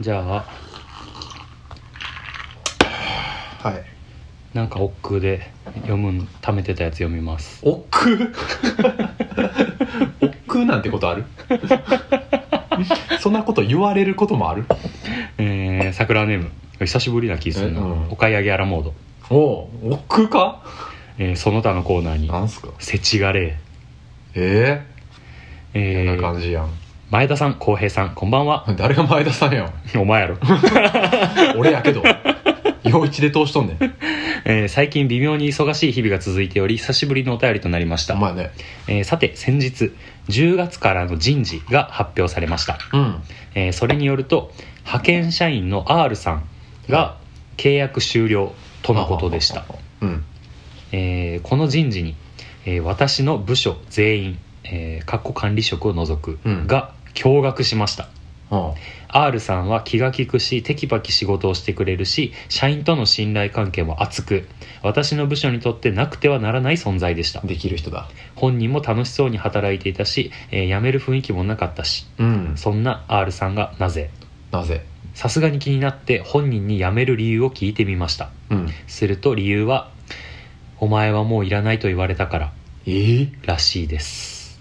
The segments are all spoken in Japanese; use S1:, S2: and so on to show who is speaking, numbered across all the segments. S1: じゃあ
S2: はい
S1: なんか億劫で読むん貯めてたやつ読みます
S2: おっ くおっくなんてことある そんなこと言われることもある
S1: えー、桜ネーム久しぶりな気するな、
S2: えうん
S1: お買い上げアラモード、
S2: おおおっくか
S1: えーその他のコーナーに
S2: なんすか
S1: 「せちがれ
S2: え
S1: え」
S2: え
S1: えー
S2: ー、こんな感じやん
S1: 前田さん浩平さんこんばんは
S2: 誰が前田さんやん
S1: お前やろ、
S2: 俺やけ ど陽一で通しとんねん
S1: えー最近微妙に忙しい日々が続いており久しぶりのお便りとなりました
S2: お、前ね
S1: えーさて先日10月からの人事が発表されました
S2: うん
S1: えーそれによると派遣社員の R さんが契約終了とのことでした、
S2: うん
S1: えーこの人事に、えー私の部署全員、えー、かっこ管理職を除く
S2: うん
S1: が驚愕しました、
S2: あ
S1: R さんは気が利くしテキパキ仕事をしてくれるし社員との信頼関係も厚く私の部署にとってなくてはならない存在でした
S2: あできる人だ
S1: 本人も楽しそうに働いていたし、えー辞める雰囲気もなかったし
S2: うん
S1: そんな R さんがなぜ
S2: なぜ
S1: さすがに気になって本人に辞める理由を聞いてみました
S2: うん
S1: すると理由は「お前はもういらないと言われたから
S2: えー、」
S1: らしいです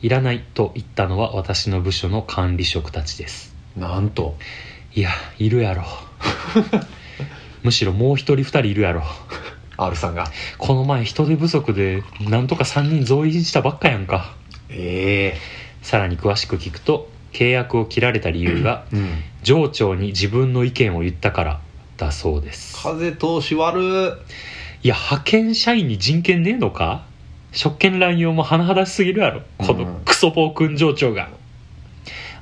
S1: いらないと言ったのは私の部署の管理職たちです
S2: なんと
S1: いやいるやろ むしろもう一人二人いるやろ
S2: R さんが
S1: この前人手不足でなんとか3人増員したばっかやんか
S2: え
S1: さらに詳しく聞くと契約を切られた理由 が
S2: えうん
S1: 上長に自分の意見を言ったからだそうです
S2: 風通し悪
S1: いや派遣社員に人権ねえのか職権乱用も甚だしすぎるやろこ
S2: う
S1: の
S2: ん
S1: クソ暴君上長が、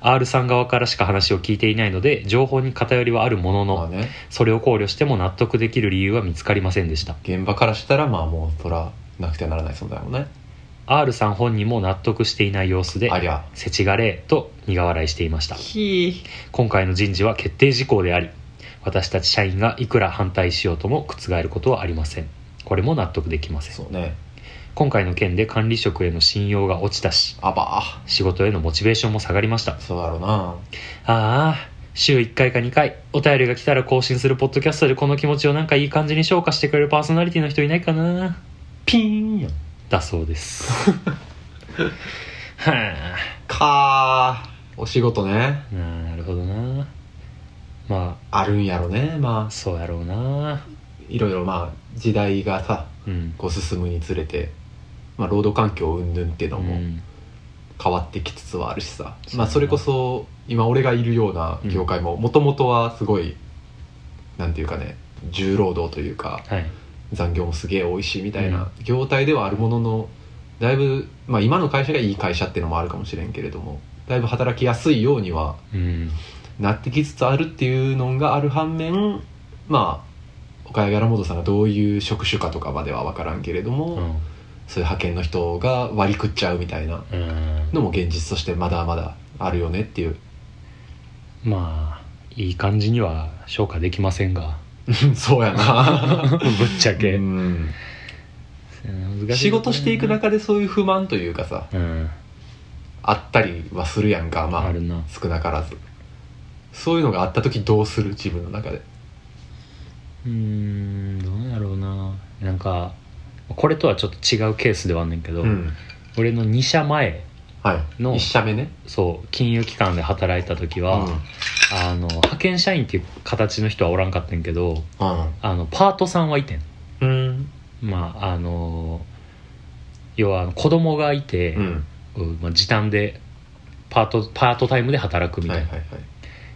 S1: R さん側からしか話を聞いていないので情報に偏りはあるもの
S2: まあ
S1: の
S2: ね
S1: それを考慮しても納得できる理由は見つかりませんでした
S2: 現場からしたらまあもうそらなくてはならない存在だもんね
S1: R さん本人も納得していない様子で
S2: ありゃ
S1: せちがれえと苦笑いしていました
S2: ひ
S1: 今回の人事は決定事項であり私たち社員がいくら反対しようとも覆ることはありませんこれも納得できません
S2: そうね
S1: 今回の件で管理職への信用が落ちたし
S2: あばあ
S1: 仕事へのモチベーションも下がりました
S2: そうだろうな
S1: ああ週1回か2回お便りが来たら更新するポッドキャストでこの気持ちをなんかいい感じに消化してくれるパーソナリティの人いないかな
S2: ピーンやん
S1: だそうです はあ
S2: かあお仕事ね
S1: なるほどなま
S2: あるんやろねま
S1: あ
S2: あ
S1: そうやろうない
S2: ろいろまあ時代がさ
S1: うん
S2: こう進むにつれて、まあ、労働環境云々っていうの
S1: う
S2: も
S1: ん
S2: 変わってきつつはあるしさ、
S1: そうだ
S2: まあ、
S1: な
S2: それこそ今俺がいるような業界ももともとはすごいなんていうかね重労働というか
S1: はい
S2: 残業もすげえ多いしみたいな業態ではあるもののだいぶ、まあ、今の会社がいい会社っていうのもあるかもしれんけれどもだいぶ働きやすいようには
S1: うん
S2: なってきつつあるっていうのがある反面まあ岡谷柄本さんがどういう職種かとかまでは分からんけれども、
S1: うん
S2: そういう派遣の人が割り食っちゃうみたいな
S1: うん
S2: のも現実としてまだまだあるよねっていう
S1: まあいい感じには消化できませんが
S2: そうや
S1: ぶ
S2: な
S1: っちゃけ、
S2: うん
S1: 難し
S2: 仕
S1: いことね
S2: 事していく中でそういう不満というかさ
S1: うん
S2: あったりはするやんかま
S1: あ
S2: あ
S1: るな
S2: 少なからずそういうのがあった時どうする自分の中で
S1: うーんどうやろうななんかこれとはちょっと違うケースではあんねんけど、
S2: うん
S1: 俺の2社前
S2: はい
S1: の
S2: 1社目ね
S1: そう金融機関で働いた時
S2: うん
S1: は、あの派遣社員っていう形の人はおらんかってんけどあのパートさんはいてん
S2: うん
S1: まああの要は子供がいて、
S2: うん
S1: うんまあ、時短でパートパートタイムで働くみた
S2: はいい
S1: な、
S2: はいはい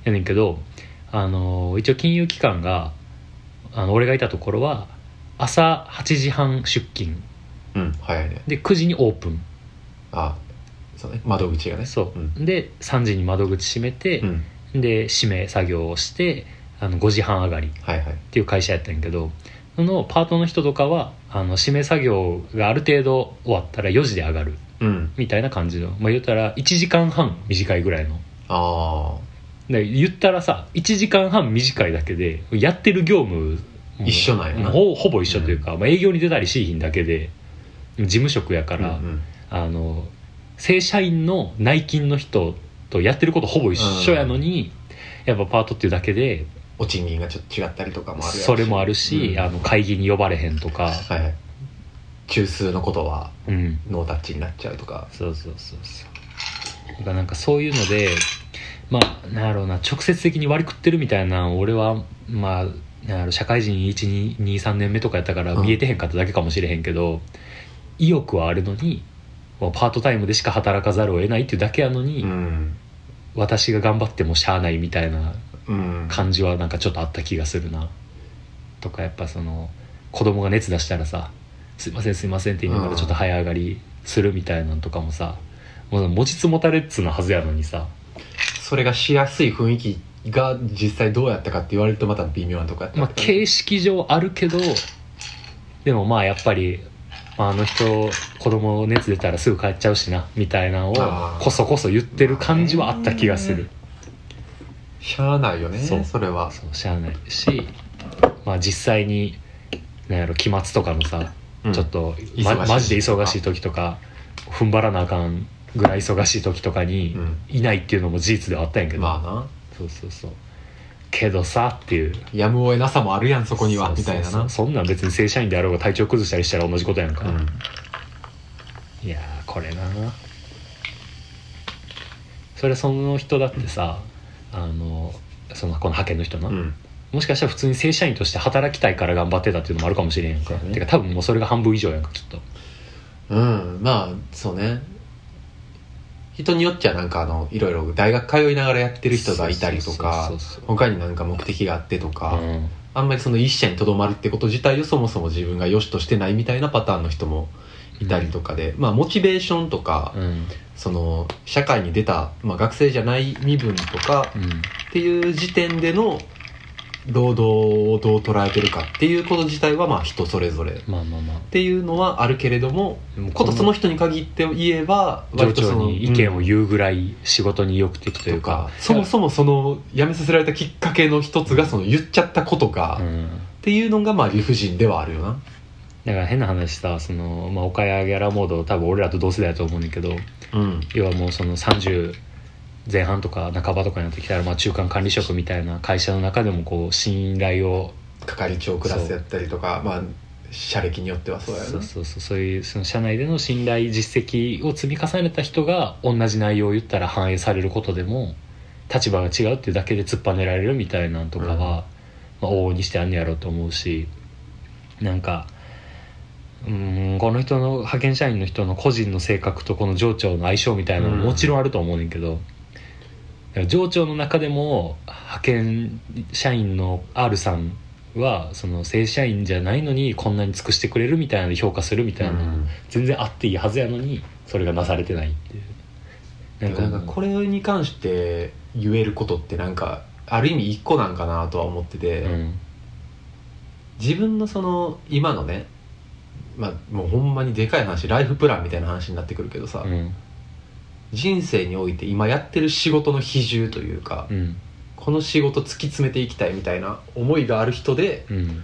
S1: やねんけどあの一応金融機関があの俺がいたところは朝8時半出勤
S2: うん早いね
S1: で9時にオープン
S2: あそうね窓口がね
S1: そう、
S2: うん
S1: で3時に窓口閉めて
S2: う、ん
S1: で締め作業をしてあの5時半上がりっ
S2: はいはい
S1: ていう会社やったんやけどそのパートの人とかはあの締め作業がある程度終わったら4時で上がる
S2: うん
S1: みたいな感じのまあ言ったら1時間半短いぐらいの
S2: ああ
S1: で言ったらさ1時間半短いだけでやってる業務も
S2: 一緒なんやな
S1: ほほぼ一緒というか、まあ、営業に出たりしいひんだけで事務職やから、
S2: うんうん
S1: あの正社員の内勤の人とやってることほぼ一緒やのに、やっぱパートっていうだけで
S2: お賃金がちょっと違ったりとかもあるやろうし
S1: それもあるし、
S2: うん
S1: あの会議に呼ばれへんとか、
S2: はい中枢のことは
S1: うん、
S2: ノータッチになっちゃうとか
S1: そうそうそうそうだからなんかそういうのでまあなんやろうな直接的に割り食ってるみたいな俺はまあなんやろ社会人123年目とかやったから
S2: うん
S1: 見えてへんかっただけかもしれへんけど、意欲はあるのにもうパートタイムでしか働かざるを得ないっていうだけやのに、
S2: うん
S1: 私が頑張ってもしゃあないみたいな
S2: うん
S1: 感じはなんかちょっとあった気がするなとかやっぱその子供が熱出したらさ「すいませんすいません」って言いなが
S2: う
S1: ら
S2: ん
S1: ちょっと早上がりするみたいなんとかもさもう持ちつ持たれっつのはずやのにさ
S2: それがしやすい雰囲気が実際どうやったかって言われるとまた微妙なとこやったり
S1: まあ
S2: とかね
S1: 形式上あるけどでもまあやっぱりまああの人子供熱出たらすぐ帰っちゃうしなみたいなのを
S2: あー
S1: こそこそ言ってる感じはあった気がする。
S2: しゃあないよね
S1: そう
S2: それは
S1: そうしゃあないし、まあ、実際になんやろ期末とかのさ、
S2: うん
S1: ちょっと、
S2: 忙
S1: ま、
S2: しい
S1: マジで忙しい時とか踏ん張らなあかんぐらい忙しい時とかに
S2: うん
S1: いないっていうのも事実ではあったんやけど、
S2: まあな
S1: そうそうそうけどさっていう
S2: やむを得なさもあるやんそこには
S1: そうそうそう
S2: みたいなな
S1: そんなん別に正社員であろうが体調崩したりしたら同じことやんか、
S2: うん
S1: いやーこれなそれその人だってさあのそのこの派遣の人な、
S2: うん
S1: もしかしたら普通に正社員として働きたいから頑張ってたっていうのもあるかもしれんやんか、
S2: そうね
S1: てか多分もうそれが半分以上やんかきっと
S2: うんまあそうね人によっちゃなんかあのいろいろ大学通いながらやってる人がいたりとか
S1: そうそうそうそう
S2: 他になんか目的があってとか、
S1: うん
S2: あんまりその一社にとどまるってこと自体をそもそも自分が良しとしてないみたいなパターンの人もいたりとかで、まあモチベーションとか、
S1: うん
S2: その社会に出た、まあ、学生じゃない身分とか
S1: うん
S2: っていう時点での労働をどう捉えてるかっていうこと自体はまあ人それぞれっ
S1: まあまあまあ
S2: ていうのはあるけれども
S1: でも
S2: ことその人に限って言えば
S1: 情
S2: 割と
S1: 緒
S2: その
S1: に意見を
S2: うん
S1: 言うぐらい仕事に意欲的という
S2: と
S1: か
S2: か、そもそもその辞めさせられたきっかけの一つがその言っちゃったことが、
S1: う
S2: っ
S1: ん
S2: ていうのがまあ理不尽ではあるよな。
S1: だから変な話さその、まあ、岡谷ギャラモード多分俺らと同世代だと思うねんだけど
S2: うん
S1: 要はもうその30前半とか半ばとかになってきたら、まあ、中間管理職みたいな会社の中でもこう信頼を
S2: 係長クラスやったりとかまあ社歴によってはそうやよ
S1: そ
S2: な
S1: うそうそうそういうその社内での信頼実績を積み重ねた人が同じ内容を言ったら反映されることでも立場が違うっていうだけで突っぱねられるみたいなんとかは、
S2: うん
S1: まあ、往々にしてあんねやろうと思うしなんかうーんこの人の派遣社員の人の個人の性格とこの情緒の相性みたいなのも
S2: うん
S1: もちろんあると思うねんけど、だから情緒の中でも派遣社員の R さんはその正社員じゃないのにこんなに尽くしてくれるみたいなので評価するみたいな、
S2: うん
S1: 全然あっていいはずやのにそれがなされてないっていうなんか
S2: なんかこれに関して言えることってなんかある意味一個なんかなとは思ってて、
S1: うん
S2: 自分のその今のねまあもうほんまにでかい話ライフプランみたいな話になってくるけどさ、
S1: うん
S2: 人生において今やってる仕事の比重というか、
S1: うん
S2: この仕事突き詰めていきたいみたいな思いがある人で
S1: うん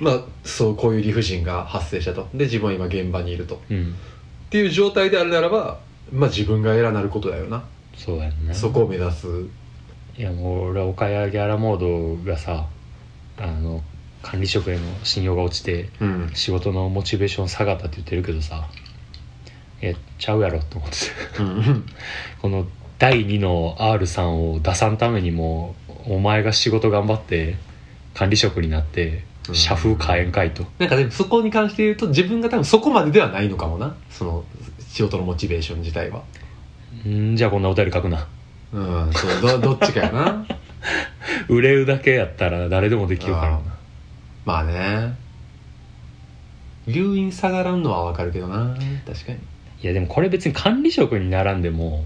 S2: まあそうこういう理不尽が発生したとで自分は今現場にいると
S1: うん
S2: っていう状態であるならば、まあ、自分が偉なることだよな、
S1: そうやんな
S2: そこを目指す
S1: いやもう俺は岡谷ギャラモードがさあの管理職への信用が落ちて
S2: うん
S1: 仕事のモチベーション下がったって言ってるけどさいやちゃうやろと思ってて
S2: うん
S1: この第2の R さんを出さんためにもお前が仕事頑張って管理職になって
S2: うん
S1: 社風変えんかいと、
S2: なんかでもそこに関して言うと自分が多分そこまでではないのかもなその仕事のモチベーション自体は
S1: んじゃあこんなお便り書くな
S2: うんそうどどっちかや な
S1: 売れるだけやったら誰でもできるからな
S2: まあね留飲下がらんのはわかるけどな確かに
S1: いやでもこれ別に管理職に並んでも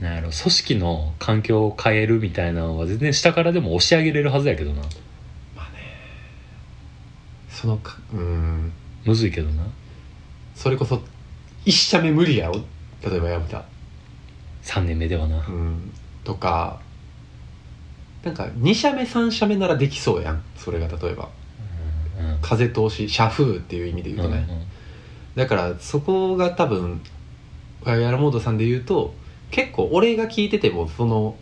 S1: なんやろ組織の環境を変えるみたいなのは全然下からでも押し上げれるはずやけどな
S2: そのかうん
S1: むずいけどな
S2: それこそ一社目無理やろ例えばやめた
S1: 3年目ではな
S2: うんとかなんか2社目3社目ならできそうやんそれが例えば
S1: うんうん
S2: 風通し社風っていう意味で言うとね、だからそこが多分ヤラモードさんで言うと結構俺が聞いててもその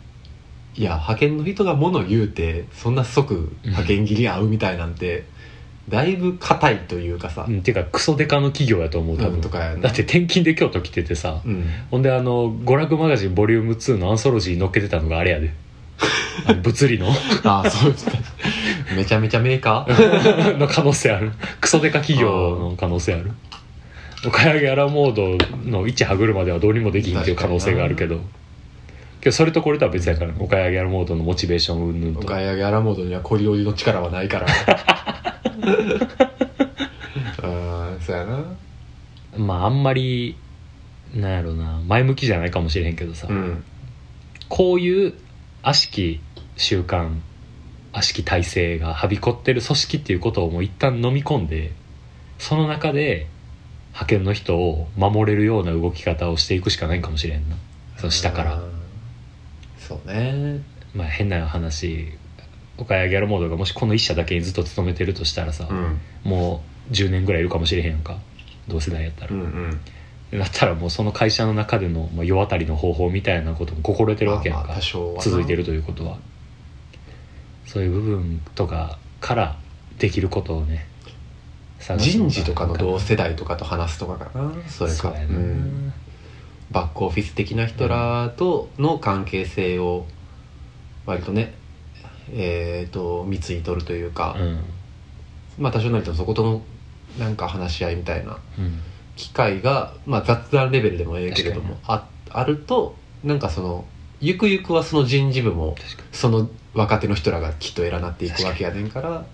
S2: いや派遣の人がもの言うてそんな即派遣切り合うみたいなんて、だいぶ硬いというかさ、
S1: うん、てかクソデカの企業やと思う多
S2: なん
S1: 分
S2: とかやな
S1: だって転勤で京都来ててさ
S2: うん、
S1: ほんであの娯楽マガジンボリューム2のアンソロジーに載っけてたのがあれやであの物理の
S2: ああそうですねめちゃめちゃメーカー
S1: の可能性あるクソデカ企業の可能性ある岡山アラモードの一歯車ではどうにもできんっていう可能性があるけどけどそれとこれとは別やから岡山アラモードのモチベーション云々
S2: お
S1: と
S2: 買い上げアラモードにはコリオリの力はない からああそうやな
S1: まああんまりなんやろな前向きじゃないかもしれへんけどさ、
S2: うん
S1: こういう悪しき習慣悪しき体制がはびこってる組織っていうことをもう一旦飲み込んでその中で派遣の人を守れるような動き方をしていくしかないかもしれんなその下から
S2: あーそうね
S1: まあ変な話岡谷ギャルモードがもしこの一社だけにずっと勤めてるとしたらさ、
S2: うん
S1: もう10年ぐらいいるかもしれへんやんか同世代やったら
S2: う、んうん
S1: だったらもうその会社の中でのまあ世渡りの方法みたいなことも心得てるわけやんか、
S2: まあまあ多少はな
S1: 続いてるということはそういう部分とかからできることをね探す
S2: 人
S1: が
S2: 事とかの同世代とかと話すとかかなそれか
S1: そうやな、
S2: うんバックオフィス的な人らとの関係性を割とねえー、と貢いとるというか、
S1: うん
S2: まあ多少なりともそことのなんか話し合いみたいな
S1: うん
S2: 機会が、まあ、雑談レベルでもええけれどもああるとなんかそのゆくゆくはその人事部も
S1: 確か
S2: その若手の人らがきっと偉なっていくわけやねんから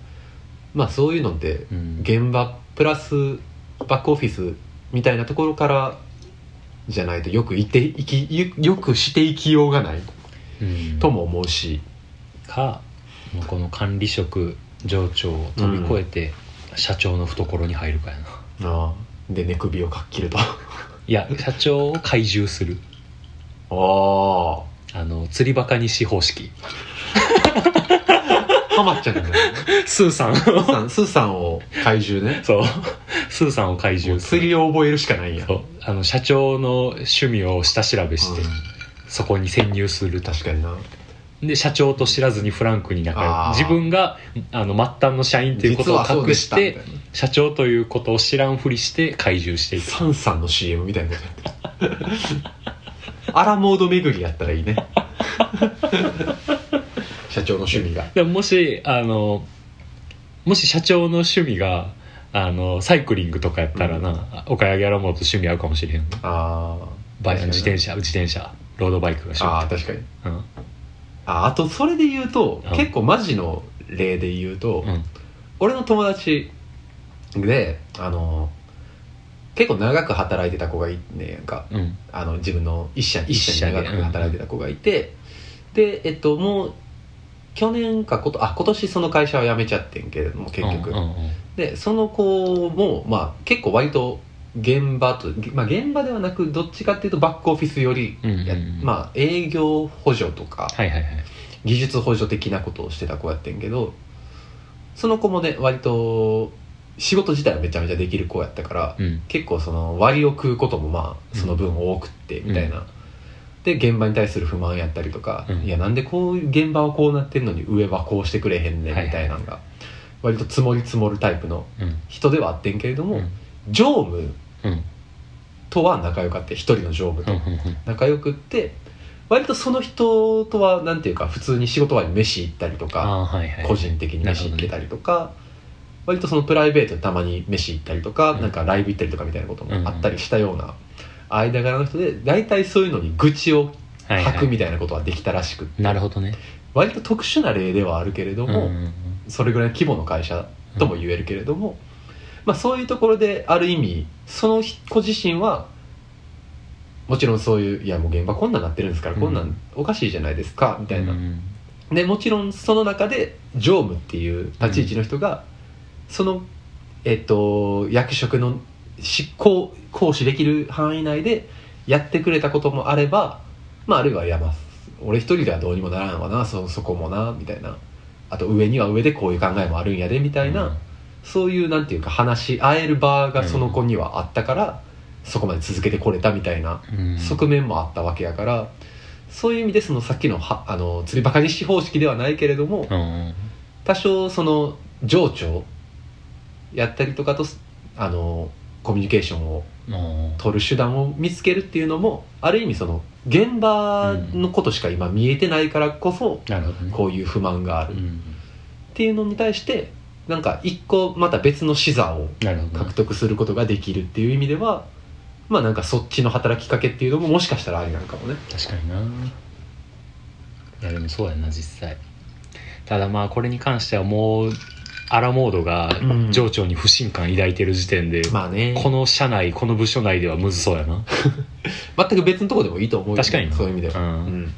S2: まあそういうのって
S1: に、うん、
S2: 現場プラスバックオフィスみたいなところからじゃないとよくいていきよよくしていきようがない
S1: うん
S2: とも思うし、
S1: かもうこの管理職上長を飛び越えて社長の懐に入るかやな、
S2: ああで寝首をかっきると あ
S1: いや社長を懐柔する
S2: あ
S1: あの釣りバカにし方式
S2: ハマっちゃうんだよね
S1: スー さん
S2: スーさんスーさんを怪獣ね
S1: そうスーさんを怪
S2: もう
S1: 獣す
S2: 釣
S1: る
S2: りを覚えるしかないんや
S1: そうあの社長の趣味を下調べして、
S2: うん
S1: そこに潜入すると
S2: 確かにな
S1: で社長と知らずにフランクに仲良
S2: あー
S1: く自分があの末端の社員ということを隠し
S2: 実はそうで
S1: て
S2: たみたいな
S1: 社長ということを知らんふりして懐柔していく
S2: サンさんの CM みたいなことや ってるアラモード巡りやった らいいね社長の趣味が
S1: でももしあのもし社長の趣味があのサイクリングとかやったらな、岡谷ギャラモーと趣味合うかもしれへん
S2: ああ
S1: バイ自転車自転車ロードバイクが趣
S2: あ
S1: 味
S2: あ確かに
S1: うん
S2: ああとそれで言うと、
S1: うん
S2: 結構マジの例で言うと、
S1: うん
S2: 俺の友達であの結構長く働いてた子がいんねやんか
S1: うん
S2: あの自分の一社一社に
S1: 一社
S2: 長
S1: で
S2: く働いてた子がいて、でえっともう去年かことあ今年その会社は辞めちゃってんけれども結局、
S1: うんうんうん
S2: でその子も、まあ、結構割と現場と、まあ、現場ではなくどっちかっていうとバックオフィスより
S1: うんうんうん
S2: や、まあ、営業補助とか
S1: はいはいはい
S2: 技術補助的なことをしてた子やってんけどその子もね割と仕事自体はめちゃめちゃできる子やったから
S1: うん
S2: 結構その割を食うこともまあその分多くってみたいな、で現場に対する不満やったりとか、
S1: うん
S2: いやなんでこういう現場はこうなってんのに上はこうしてくれへんねんみたいなのが割と積もり積もるタイプの
S1: うん
S2: 人ではあってんけれども、
S1: うん
S2: 常務
S1: うん
S2: とは仲良かって一人の常務
S1: うん
S2: と仲良くって割とその人とはなんていうか普通に仕事場に飯行ったりとか
S1: ああーはいはい
S2: 個人的に飯行けたりとか、割とそのプライベートでたまに飯行ったりとか、
S1: うん
S2: なんかライブ行ったりとかみたいなこともあったりしたような間柄の人で大体そういうのに愚痴を
S1: はい
S2: 吐
S1: は
S2: く
S1: い
S2: みたいなことはできたらしくって、
S1: なるほどね
S2: 割と特殊な例ではあるけれども、
S1: うんうん
S2: それぐらいの規模の会社とも言えるけれども、まあ、そういうところである意味その子自身はもちろんそういう「いやもう現場こんなんなってるんですから
S1: うん
S2: こんなんおかしいじゃないですか」みたいな、
S1: うん
S2: でもちろんその中で常務っていう立ち位置の人がその、えっと、役職の執行行使できる範囲内でやってくれたこともあれば、まあ、あるいは「いやまあ俺一人ではどうにもならんわなそそこもな」みたいなあと上には上でこういう考えもあるんやでみたいな、そういうなんていうか話し合える場がその子にはあったから、そこまで続けてこれたみたいな
S1: うん
S2: 側面もあったわけやからそういう意味でそのさっきのはあの釣りバカにし方式ではないけれども、
S1: うん
S2: 多少その情緒やったりとかとすあのコミュニケーションを
S1: うん
S2: 取る手段を見つけるっていうのもある意味その現場のことしか今見えてないからこそ、
S1: なるほどね
S2: こういう不満があ
S1: う
S2: るっ
S1: ん
S2: ていうのに対してなんか一個また別の視座を
S1: なるほどね
S2: 獲得することができるっていう意味では、まあなんかそっちの働きかけっていうのももしかしたらありなのかもね。
S1: 確かにないやでもそうやな実際ただまあこれに関してはもうアラモードが
S2: うん
S1: 情緒に不信感抱いてる時点で、
S2: まあね
S1: この社内この部署内ではむずそうやな
S2: 全く別のとこでもいいと思うよ
S1: 確かにな
S2: そういう意味では。
S1: うん
S2: うん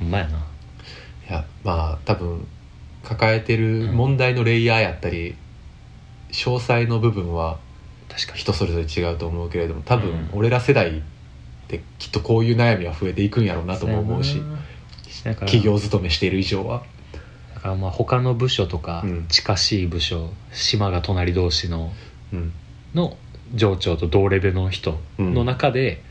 S1: ほんまやない
S2: やまあ多分抱えてる問題のレイヤーやったり、詳細の部分は
S1: 確かに
S2: 人それぞれ違うと思うけれども多
S1: うん
S2: 分俺ら世代ってきっとこういう悩みは増えていくんやろうなとも思うし
S1: そうやなだから
S2: 企業勤めしている以上は
S1: だからまあ他の部署とか
S2: うん
S1: 近しい部署、島が隣同士の
S2: うん
S1: の上長と同レベルの人の中で、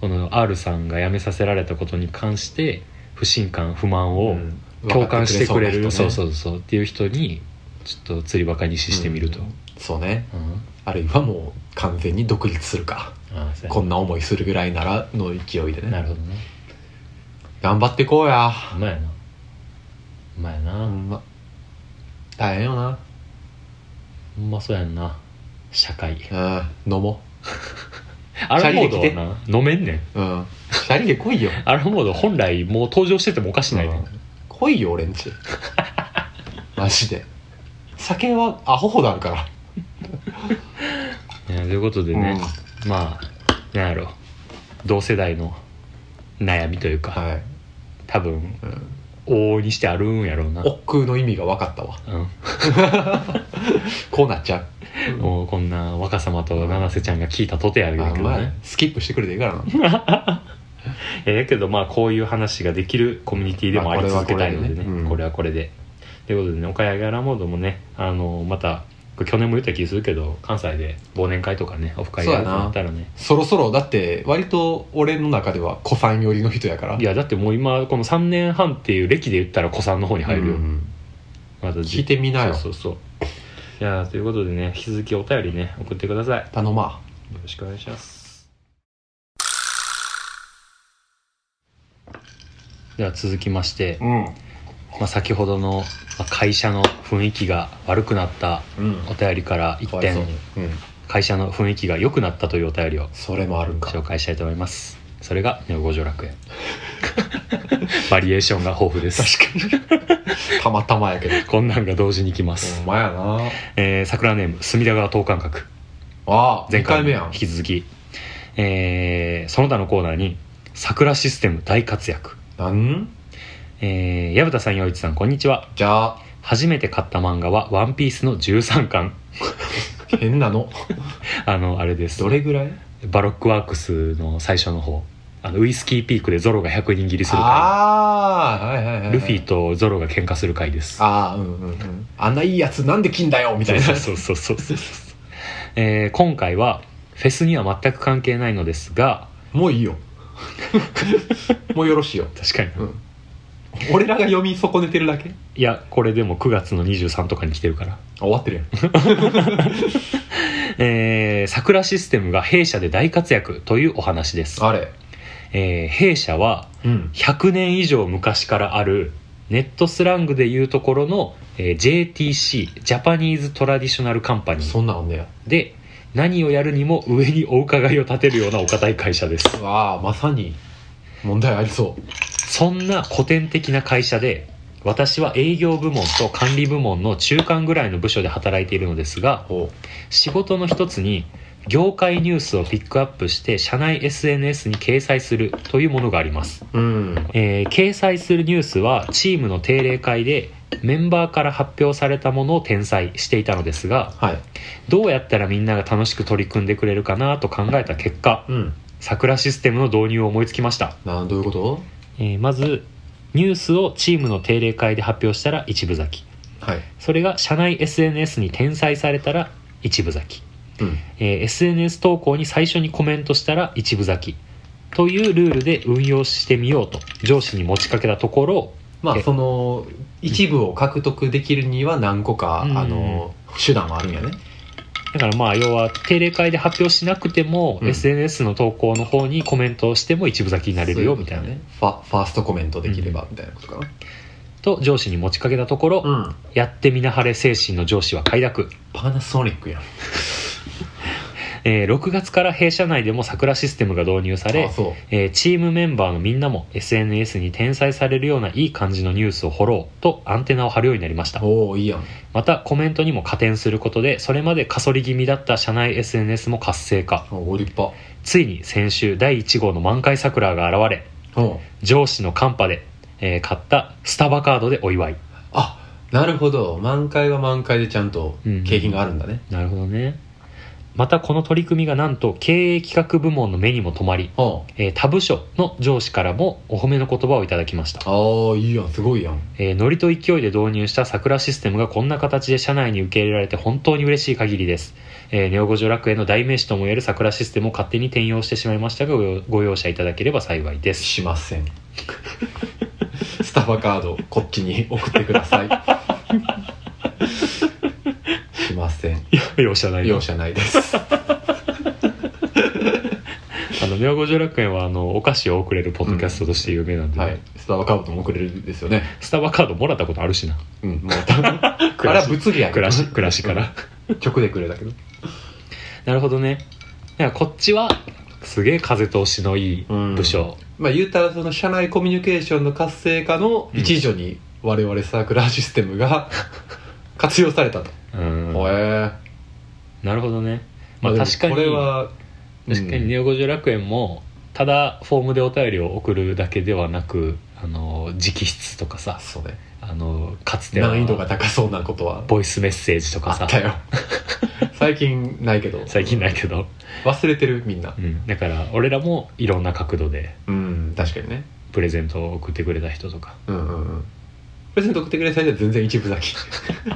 S1: この R さんが辞めさせられたことに関して不信感不満を
S2: うん
S1: 共感してくれる、
S2: 分か
S1: そう
S2: って
S1: そううそうっていう人にちょっと釣りバカにししてみると、
S2: うんそうね
S1: うん
S2: あるいはもう完全に独立するか
S1: ああそうや
S2: こんな思いするぐらいならの勢いで
S1: な
S2: ね
S1: るほどね
S2: 頑張っていこうや
S1: うまいなうまいな、
S2: ほんま大変よな
S1: ほんまそうやんな社会
S2: うん飲も
S1: アラモー
S2: チ
S1: ド
S2: ャリで
S1: はな飲めんねん
S2: ううん二人で来いよ
S1: アラモード本来もう登場しててもおかしないねん、
S2: 来いよ俺 んちマジで酒はアホほどあるから
S1: いやということでね、まあなんやろ同世代の悩みというか、
S2: はい、
S1: 多分
S2: うん、
S1: 往々にしてあるんやろうな、
S2: 奥の意味が分かったわ
S1: うん、
S2: こうなっちゃう
S1: もうこんな若様と七瀬ちゃんが聞いたとてやる
S2: あ
S1: けど
S2: まあ
S1: ね
S2: スキップしてくれていいからな
S1: ええけどまあこういう話ができるコミュニティでもあり続けたいのでね、
S2: まあ
S1: こ
S2: こ
S1: れ
S2: れ
S1: はこれで。ということでね岡谷柄モードもねあのまたこれ去年も言った気するけど関西で忘年会とかねオフ会やるとなったらね
S2: そろそろだって割と俺の中では子さん寄りの人やから
S1: いやだってもう今この3年半っていう歴で言ったら子さんの方に入るよ、
S2: うん
S1: また
S2: 聞いてみなよ
S1: そうそうそういやーということでね引き続きお便りね送ってくださいよ
S2: 頼ま
S1: ろしくお願いしますでは続きまして、
S2: うん
S1: まあ、先ほどのまあ会社の雰囲気が悪くなった
S2: うん
S1: お便りから一
S2: かわい
S1: 点
S2: そうに、うん、
S1: 会社の雰囲気が良くなったというお便りを
S2: それもあるんか
S1: 紹介したいと思いますそれが「ネオ五条楽園」 バリエーションが豊富です
S2: たまたまやけど
S1: こんなんが同時に来ます、
S2: ほんまやな
S1: えー桜ネーム隅田川等間隔
S2: あ
S1: 前
S2: 前回
S1: 回も
S2: 目やん
S1: 引き続き、えーその他のコーナーに「桜システム大活躍
S2: なん」
S1: えー矢蓋さん陽一さんこんにちは
S2: じゃあ
S1: 初めて買った漫画は「ワンピースの13巻
S2: 変な の
S1: あのあれです
S2: どれぐらい
S1: バロックワークスの最初の方あのウイスキーピークでゾロが100人切りする回
S2: ああはいはいはいはい
S1: ルフィとゾロが喧嘩する回です
S2: ああうんうんうんあんないいやつなんで金だよみたいな
S1: そうそうそうそうそうそうえー今回はフェスには全く関係ないのですが
S2: もういい よもうよろしいよ、
S1: 確かに
S2: うん、俺らが読み損ねてるだけ
S1: いやこれでも9月の23とかに来てるから
S2: 終わってるやん
S1: えー桜システムが弊社で大活躍というお話です、
S2: あれ
S1: えー弊社は
S2: うん
S1: 100年以上昔からあるネットスラングでいうところの、えー JTC ジャパニーズトラディショナルカンパニー
S2: そんなんあんねや
S1: で何をやるにも上にお伺いを立てるようなお堅い会社です
S2: うわあまさに問題ありそう
S1: そんな古典的な会社で私は営業部門と管理部門の中間ぐらいの部署で働いているのですが
S2: ほ
S1: 仕事の一つに業界ニュースをピックアップして社内 SNS に掲載するというものがあります、
S2: ううん
S1: えー掲載するニュースはチームの定例会でメンバーから発表されたものを転載していたのですが
S2: はい
S1: どうやったらみんなが楽しく取り組んでくれるかなと考えた結果
S2: うん
S1: 桜システムの導入を思いつきました
S2: なんどういうこと
S1: えーまずニュースをチームの定例会で発表したら一部咲き
S2: はい
S1: それが社内 SNS に転載されたら一部咲き、
S2: うん
S1: えー SNS 投稿に最初にコメントしたら一部咲きというルールで運用してみようと上司に持ちかけたところ
S2: まあ
S1: え
S2: その一部を獲得できるには何個か、
S1: うん
S2: あの手段はあるんやね
S1: だからまあ要は定例会で発表しなくても、
S2: うん
S1: SNS の投稿の方にコメントをしても一部咲きになれるよみたいなね
S2: ファファーストコメントできればみたいなことかな
S1: と上司に持ちかけたところ、
S2: うん、
S1: やってみなはれ精神の上司は快諾、
S2: パナソニックやん
S1: えー6月から弊社内でも桜システムが導入され
S2: あそう
S1: えーチームメンバーのみんなも SNS に転載されるようないい感じのニュースをフォローとアンテナを張るようになりました
S2: おおいいやん
S1: またコメントにも加点することでそれまでかそり気味だった社内 SNS も活性化
S2: おお立派
S1: ついに先週第1号の満開桜が現れ
S2: おう
S1: 上司のカンパで、えー買ったスタバカードでお祝い
S2: あなるほど満開は満開でちゃんと景品があるんだね、
S1: なるほどねまたこの取り組みがなんと経営企画部門の目にも留まり、
S2: おう
S1: えー他部署の上司からもお褒めの言葉をいただきました
S2: ああいいやんすごいやん
S1: えーノリと勢いで導入した桜システムがこんな形で社内に受け入れられて本当に嬉しい限りです、えーネオ五条楽園の代名詞ともいえる桜システムを勝手に転用してしまいましたがご容ご容赦いただければ幸い です
S2: しま せんスタバカードこっちに送ってくださいしません
S1: 容赦な
S2: 容赦ない です
S1: あのネオ五条楽園はあのお菓子を送れるポッドキャストとして有名なんで、
S2: はいスタバカードも送れるですよね
S1: スタバカードもらったことあるしな
S2: うんもう あれは物理やけ
S1: 暮
S2: ど
S1: らし 暮らしから
S2: 直でくれだけど
S1: なるほどねだからこっちはすげえ風通しのいい部署、
S2: まあ言うたらその社内コミュニケーションの活性化の一助に我々サークラーシステムが 活用されたと、
S1: うん
S2: ほえー
S1: なるほどねまあ
S2: でも
S1: 確かに
S2: これは
S1: 確かにネ
S2: うん
S1: オ五条楽園もただフォームでお便りを送るだけではなくあの直筆とかさ
S2: そうね
S1: あのかつては
S2: 難易度が高そうなことは
S1: ボイスメッセージとか
S2: あ
S1: さ
S2: った よ最近ないけど
S1: 最近ないけど、
S2: 忘れてるみんな
S1: うん、だから俺らもいろんな角度で
S2: うん確かにね
S1: プレゼントを送ってくれた人とか
S2: うんうんうんプレゼント送ってくれた人は全然一部咲き、
S1: 確か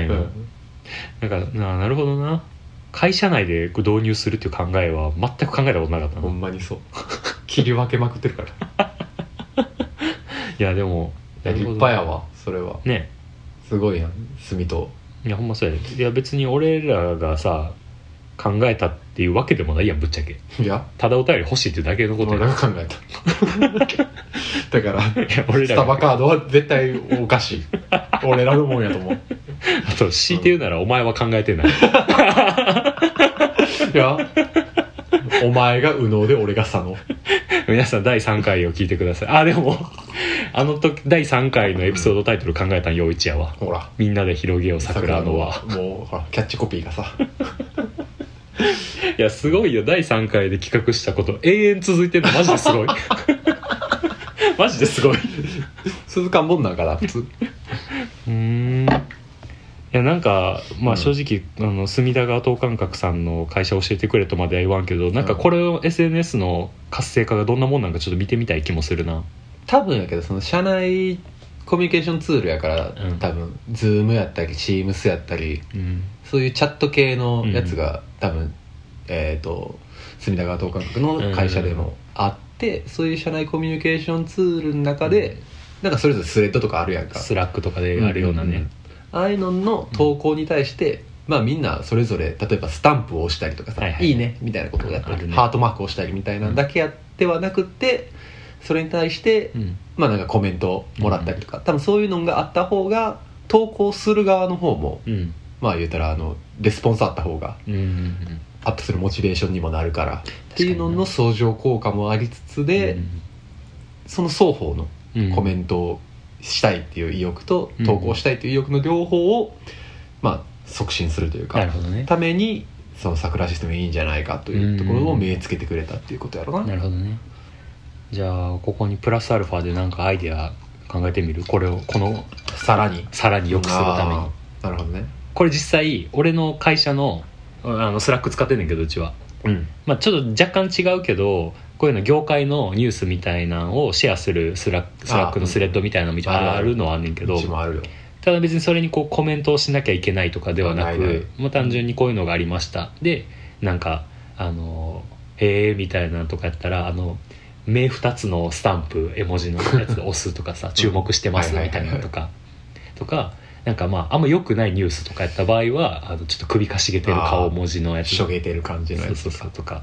S1: に
S2: う
S1: な,、
S2: ん
S1: なんかななるほどな会社内で導入するっていう考えは全く考えたことなかったな
S2: ほんまにそう切り分けまくってるから
S1: いやでも
S2: いや立派やわそれは
S1: ね
S2: すごいやん住と
S1: いやほんまそうやでいや別に俺らがさ考えたっていうわけでもないやんぶっちゃけ
S2: いや
S1: ただお便り欲しいってだけのこと
S2: 俺
S1: や
S2: が考え ただから
S1: いや俺
S2: ス
S1: ら
S2: タバ
S1: が
S2: カードは絶対おか しい俺らのもんやと思う
S1: あと強いて言うならお前は考えてない
S2: いやお前が右脳で俺が左脳
S1: 皆さん第3回を聞いてくださいあでも あの時第3回のエピソードタイトル考えたん陽一やわ
S2: ほら
S1: みんなで広げよう桜の輪
S2: 桜のもうほらキャッチコピーがさ
S1: いやすごいよ第3回で企画したこと永遠続いてるのマジです ごいマジですごい
S2: 鈴鹿もんなんかな普通
S1: うーんいやなんかまあ
S2: うん
S1: 正直、あの隅田川等間隔さんの会社教えてくれとまでは言わんけどなんかこれを SNS の活性化がどんなもんなんかちょっと見てみたい気もするな
S2: 多分やけどその社内コミュニケーションツールやから、
S1: うん
S2: 多分ズームやったりチームスやったり
S1: うん
S2: そういうチャット系のやつが、多分えっ、と隅田川等間隔の会社でもあって、そういう社内コミュニケーションツールの中で、なんかそれぞれスレッドとかあるやんか
S1: スラックとかであるようなね、
S2: んんんああいうのの投稿に対して、まあみんなそれぞれ例えばスタンプを押したりとかさ「
S1: はい
S2: い
S1: はい
S2: い、ね」みたいなことをやった
S1: ある
S2: り、
S1: ね
S2: ハートマークを押したりみたいなのだけやってはなくってそれに対して、
S1: うん
S2: まあなんかコメントをもらったりとか、多分そういうのがあった方が投稿する側の方も
S1: うん
S2: まあ言うたらあのレスポンスあった方が
S1: うんうん
S2: アップするモチベーションにもなるからっていう
S1: 確か
S2: の
S1: にな
S2: の相乗効果もありつつで、その双方の
S1: うん
S2: コメントをしたいっていう意欲と、
S1: うん
S2: 投稿したいという意欲の両方を、まあ、促進するという
S1: な
S2: か
S1: るほどね
S2: ためにその桜システムいいんじゃないかというところを目つけてくれたっていうことやろうな、
S1: なるほどねじゃあここにプラスアルファでなんかアイデア考えてみるこれをこの
S2: さらに
S1: さらに良くするために
S2: あーなるほどね
S1: これ実際俺の会社のあのスラック使ってんねんけどうちは
S2: うん
S1: まあ、ちょっと若干違うけどこういうの業界のニュースみたいなのをシェアするスラックスラックのスレッドみたいなのも一応
S2: あ
S1: あるのはあんねんけ
S2: う
S1: ど
S2: ちもあるよ
S1: ただ別にそれにこうコメントをしなきゃいけないとかではな
S2: ないない
S1: くもう単純にこういうのがありましたでなんかあのへえみたいなのとかやったらあの目2つのスタンプ絵文字のやつで押すとかさ注目してますみたいなのとかとかなんかまああんま良くないニュースとかやった場合はあのちょっと首かしげてる顔文字のやつ
S2: しょげてる感じの
S1: そ
S2: や
S1: う
S2: つ
S1: そ
S2: と
S1: うそ
S2: か
S1: うとか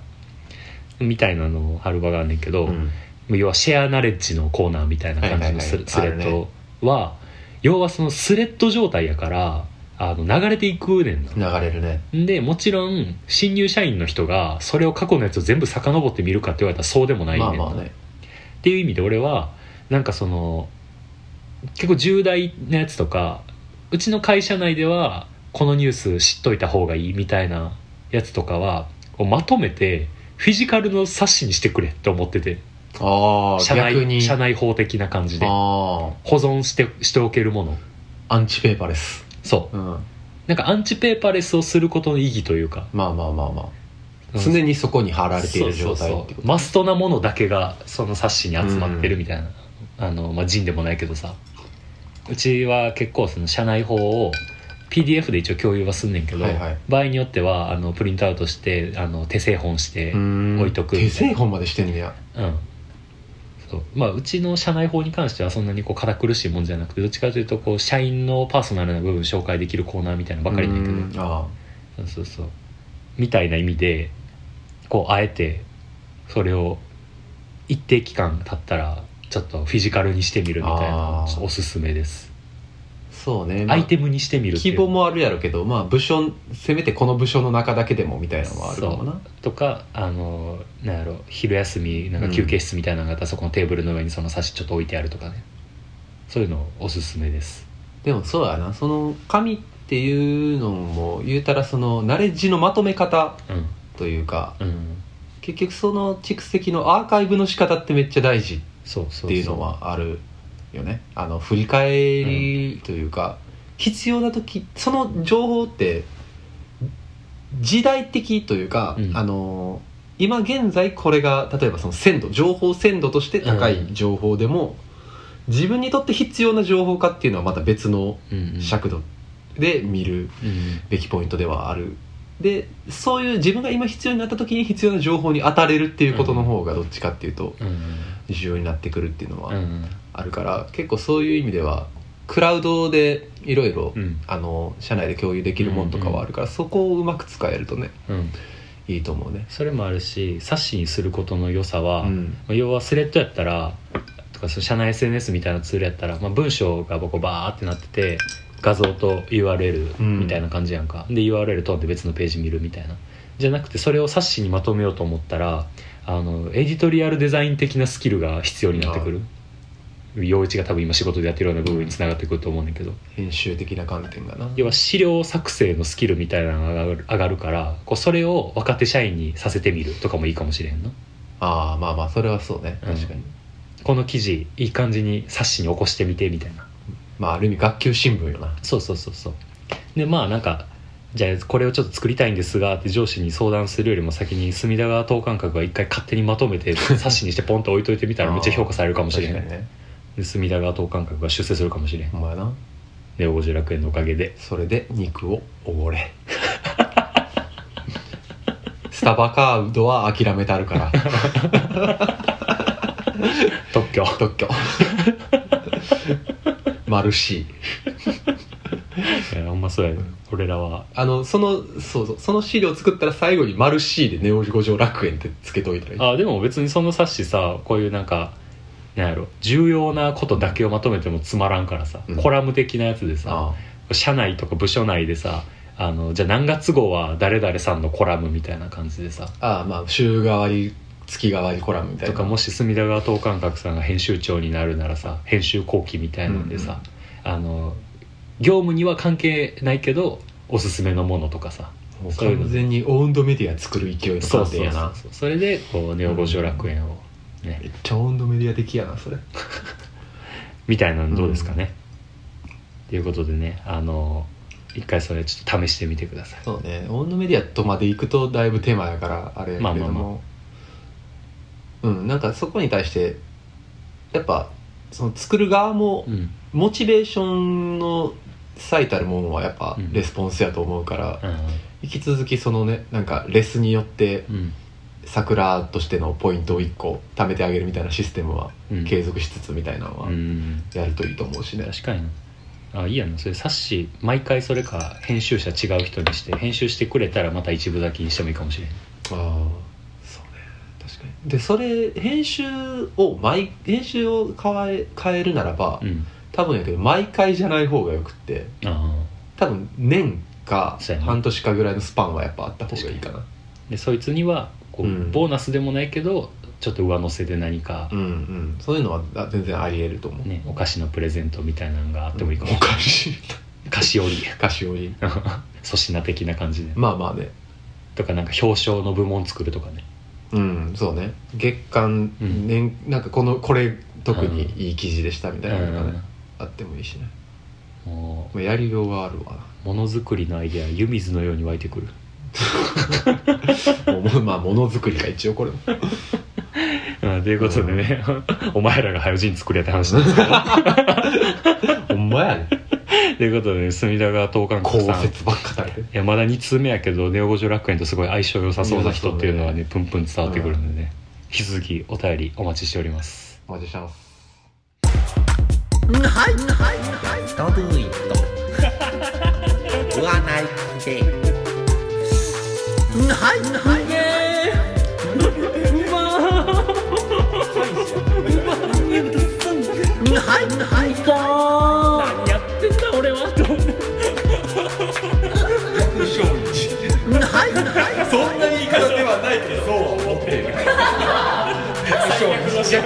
S1: みたいなのを貼る場があんねんけど、
S2: うん
S1: 要はシェアナレッジのコーナーみたいな感じのスレス
S2: はい
S1: レ
S2: はいはい
S1: ッドは要はそのスレッド状態やからあの流れていくねんな。
S2: 流れるね
S1: でもちろん新入社員の人がそれを過去のやつを全部遡って見るかって言われたらそうでもないねん
S2: ま
S1: な
S2: あまあね
S1: っていう意味で俺はなんかその結構重大なやつとかうちの会社内ではこのニュース知っといた方がいいみたいなやつとかはこうまとめてフィジカルの冊子にしてくれって思ってて
S2: ああ
S1: 社
S2: 逆に
S1: 内社内法的な感じで
S2: あ
S1: 保存してしておけるもの
S2: あアンチペーパーレス
S1: そう
S2: うんま
S1: なんかアンチペーパーレスをすることの意義というか
S2: あまあまあまあ常にそこに貼られている状態
S1: そう
S2: っ
S1: そ
S2: て
S1: うそ
S2: こ
S1: うマストなものだけがその冊子に集まってるみたいな、あのまあ人でもないけどさうちは結構その社内法を PDF で一応共有はすんねんけ
S2: と
S1: ど、
S2: はいはい
S1: 場合によってはあのプリントアウトしてあの手製本して、
S2: う
S1: うん
S2: ん
S1: 置いとく
S2: 手製本までしてんねや
S1: そうまあ、うちの社内法に関してはそんなにこう堅苦しいもんじゃなくてどっちかというとこう社員のパーソナルな部分紹介できるコーナーみたいなのばっかりなんやけど、
S2: うんあ
S1: そうそうそうみたいな意味でこうあえてそれを一定期間経ったらちょっとフィジカルにしてみるみたいな
S2: あー
S1: ちょっとおすすめです
S2: あそうね、まあ
S1: アイテムにしてみるってい
S2: 希
S1: う
S2: 望もあるやろうけどまあ部署せめてこの部署の中だけでもみたいなのはあるかもな
S1: とかあのなんやろ昼休みなんか休憩室みたいなのがあったらそこのテーブルの上にその冊子ちょっと置いてあるとかねそういうのおすすめです
S2: でもそうやなその紙っていうのも言うたらそのナレッジのまとめ方
S1: うん
S2: というか
S1: うん
S2: 結局その蓄積のアーカイブの仕方ってめっちゃ大事っ
S1: そうそうそう
S2: ていうのはあるよねあの振り返りというか、必要な時その情報って時代的というか、
S1: うん
S2: あの今現在これが例えばその鮮度情報鮮度として高
S1: う
S2: い
S1: ん
S2: 情報でも、自分にとって必要な情報かっていうのはまた別の
S1: うんうん
S2: 尺度で見る
S1: うん
S2: べきポイントではあるでそういう自分が今必要になった時に必要な情報に当たれるっていうことの方がどっちかっていうと
S1: うん
S2: 重要になってくるっていうの
S1: うんう
S2: は
S1: ん
S2: あるから結構そういう意味ではクラウドでいろいろ
S1: うん
S2: あの社内で共有できるもんとかはあるからそこをうまく使えるとね
S1: うん
S2: いいと思うね。
S1: それもあるし冊子にすることの良さは、
S2: うん
S1: まあ要はスレッドやったらとかその社内 SNS みたいなツールやったら、まあ、文章が僕バーってなってて画像と URL
S2: うん
S1: みたいな感じやんか、で URL 飛んで別のページ見るみたいなじゃなくてそれを冊子にまとめようと思ったらあのエディトリアルデザイン的なスキルが必要になってくる陽一が多分今仕事でやってるような部分につながってくると思うんだけど
S2: 編集的な観点がな
S1: 要は資料作成のスキルみたいなのが上がる上がるからこうそれを若手社員にさせてみるとかもいいかもしれんな
S2: ああまあまあそれはそうね確かに、
S1: この記事いい感じに冊子に起こしてみてみたいな
S2: まあある意味学級新聞よな
S1: そうそうそうそうでまあなんかじゃあこれをちょっと作りたいんですがって上司に相談するよりも先に隅田川等間隔が一回勝手にまとめ て冊子にしてポンと置いといてみたらめっちゃ評価されるかもしれ
S2: 確
S1: な
S2: かに
S1: い
S2: ね
S1: で隅田川等間隔が出世するかもしれん
S2: ほんまやな
S1: ネオ五十楽園のおかげで
S2: それで肉をおご れスタバカードは諦めてあるから
S1: 特 許
S2: 特 許マルシー
S1: いやほんまそうやね俺らは
S2: あのそのそうそうその資料作ったら最後にマルシーでネオ五条楽園ってつけといたらいい
S1: あでも別にその冊子さこういうなんかなんやろ重要なことだけをまとめてもつまらんからさ、
S2: うん
S1: コラム的なやつでさ
S2: あ
S1: 社内とか部署内でさあのじゃあ何月号は誰々さんのコラムみたいな感じでさ
S2: あああまあ週替わり月替わりコラムみたい
S1: と
S2: な
S1: かもし隅田川等間隔さんが編集長になるならさ編集後期みたいなんでさ、あの業務には関係ないけどおすすめのものとかさ
S2: もう完全にオウンドメディア作る勢いの
S1: そう
S2: 観
S1: そう
S2: 点
S1: そ
S2: や
S1: う
S2: な
S1: そうそれでこうネオ五条楽園をね、
S2: めっちゃオウンドメディア的やなそれ
S1: みたいなのどうですかね、ということでねあの一回それちょっと試してみてください
S2: そうねオウンドメディアとまで行くとだいぶ手間やからあれやけれども、
S1: まあまあま
S2: うんなんかそこに対してやっぱその作る側も
S1: うん
S2: モチベーションの最たるものはやっぱ
S1: うん
S2: レスポンスやと思うから、
S1: うん
S2: 引き続きそのねなんかレスによって
S1: うん
S2: 桜としてのポイントを1個貯めてあげるみたいなシステムは
S1: うん
S2: 継続しつつみたいなのは
S1: うん
S2: やるといいと思うしね、
S1: 確かになあいいやなそれ冊子毎回それか編集者違う人にして編集してくれたらまた一部だけにしてもいいかもしれん
S2: ああそうね確かにでそれ編集を毎編集を変え変えるならば、
S1: うん
S2: 多分やけど毎回じゃない方がよくって
S1: あ
S2: 多分年か
S1: そうやな
S2: 半年かぐらいのスパンはやっぱあった方がいいかな
S1: ーでそいつにはこう、
S2: うん
S1: ボーナスでもないけどちょっと上乗せで何か
S2: うんうんそういうのはあ全然ありえると思う、
S1: ね、お菓子のプレゼントみたいなのがあってもいいかも、
S2: おかしい
S1: 菓子折り
S2: 菓子折り
S1: 粗品的な感じで
S2: まあまあね
S1: とかなんか表彰の部門作るとかね
S2: うんそうね月間
S1: うん
S2: 年、なんかこのこれ特にいい記事でしたみたいなのがね、あってもいいしね
S1: うんも
S2: まあやりようはあるわ
S1: うものづくりのアイデア湯水のように湧いてくる
S2: もうまあものづくりが一応こ れも
S1: うんということでね、お前らが早う人作れって話なんですけど
S2: ほんまやね
S1: ということで、ね、隅田川東韓
S2: 公
S1: 国さんい
S2: 説ばっかだね
S1: やまだ2通目やけどネオ五条楽園とすごい相性良さそうな人っていうのはねプンプン伝わってくるんでね、引き続きお便りお待ちしております
S2: お待ちしてます
S3: ドゥイット占い鑑定はいはいはいはいはい
S4: やってんだ俺はと思って
S3: はいはい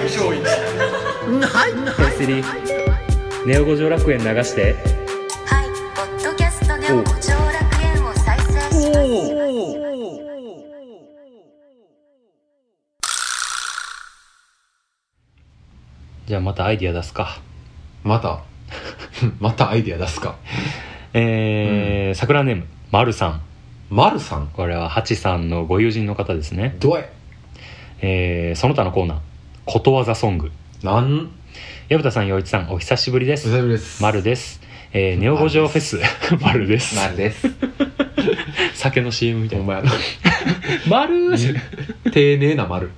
S3: はいはい
S1: スリネオ五条楽園流して
S5: はい、ポッドキャストでも五条楽園を再生します。
S1: じゃあまたアイディア出すか
S2: また またアイディア出すか
S1: えー桜ネームまるさん
S2: まるさん
S1: これはハチさんのご友人の方ですね、
S2: どえ
S1: えーその他のコーナーことわざソング
S2: なん
S1: 薮田さん陽一さんお久しぶりで
S2: お
S1: す
S2: 久しぶりです
S1: まるです、えーネオ五条フェスまるです
S2: まるです
S1: 酒の CM みた
S2: ほ
S1: い
S2: ん
S1: な
S2: まやな
S1: まるー
S2: 丁寧なまる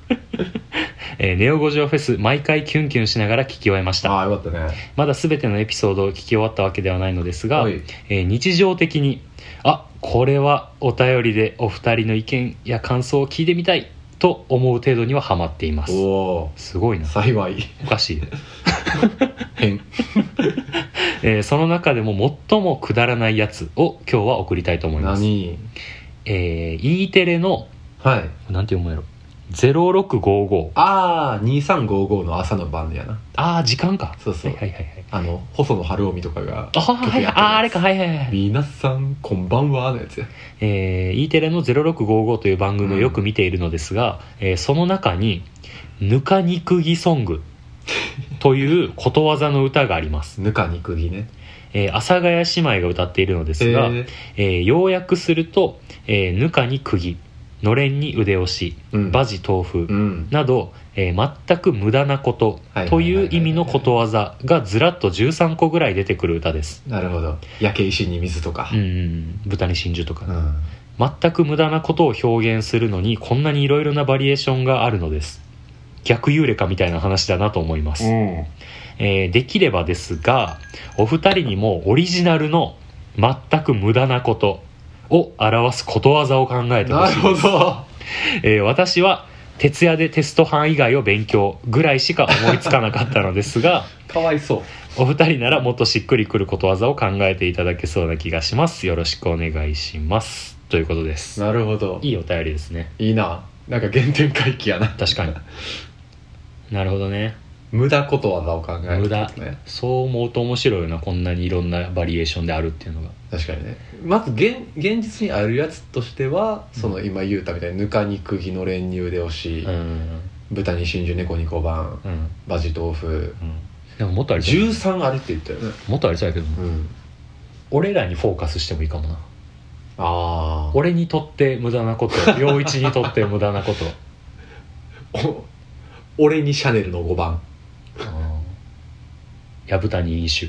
S1: えーネオ五条フェス毎回キュンキュンしながら聞き終えました
S2: ああよかったね
S1: まだ全てのエピソードを聞き終わったわけではないのですが
S2: おい
S1: えー日常的にあこれはお便りでお二人の意見や感想を聞いてみたいと思う程度にはハマっています
S2: お
S1: すごい
S2: お
S1: な
S2: 幸い
S1: おかしい、
S2: 変
S1: えーその中でも最もくだらないやつを今日は送りたいと思います、
S2: 何
S1: えー、E テレの
S2: はい
S1: なんて読むんやろ0655
S2: ああ2355の朝の番やな
S1: ああ時間か
S2: そうそう
S1: はいはいはいはい
S2: あの細野晴臣とかが
S1: あーはいはいあーあれかはいはいはい、
S2: 「皆さんこんばんは」のやつや
S1: えー、E テレの0655という番組をよく見ているのですが、えーその中に「ぬか肉ぎソング」ということわざの歌があります、
S2: ぬかにくぎね
S1: えー阿佐ヶ谷姉妹が歌っているのですが、
S2: えー
S1: えー要約すると「えーぬかに釘」「のれんに腕押し」
S2: うん
S1: 「バジ豆腐」
S2: うん
S1: など、えー全く無駄なこと
S2: はい
S1: という意味のことわざがずらっと13個ぐらい出てくる歌です。
S2: なるほど焼け石に水とか
S1: うんうん、豚に真珠とか、
S2: うん
S1: 全く無駄なことを表現するのにこんなにいろいろなバリエーションがあるのです逆幽霊かみたいな話だなと思います、
S2: うん
S1: えーできればですがお二人にもオリジナルの全く無駄なことを表すことわざを考えてほ
S2: な
S1: し
S2: る
S1: い
S2: ほど
S1: えー私は徹夜でテスト班以外を勉強ぐらいしか思いつかなかったのですが
S2: かわいそう
S1: お二人ならもっとしっくりくることわざを考えていただけそうな気がしますよろしくお願いしますということです
S2: なるほど
S1: いいお便りですね
S2: いいななんか原点回帰やな
S1: 確かになるほどね
S2: 無駄ことわざを考える
S1: 無駄
S2: ってことね
S1: そう思うと面白いよなこんなにいろんなバリエーションであるっていうのが
S2: 確かにねまず現現実にあるやつとしてはその今言うたみたいにぬかにくぎの練乳で押し、
S1: うん
S2: 豚に真珠猫に小判
S1: うんうん
S2: バジ豆腐
S1: でももっとありそう
S2: 13あるって言ったよね、
S1: もっとありそうやけどな
S2: うん、
S1: 俺らにフォーカスしてもいいかもな
S2: ああ
S1: 俺にとって無駄なこと 陽一にとって無駄なこと
S2: 俺にシャネルの5番
S1: やぶたに飲酒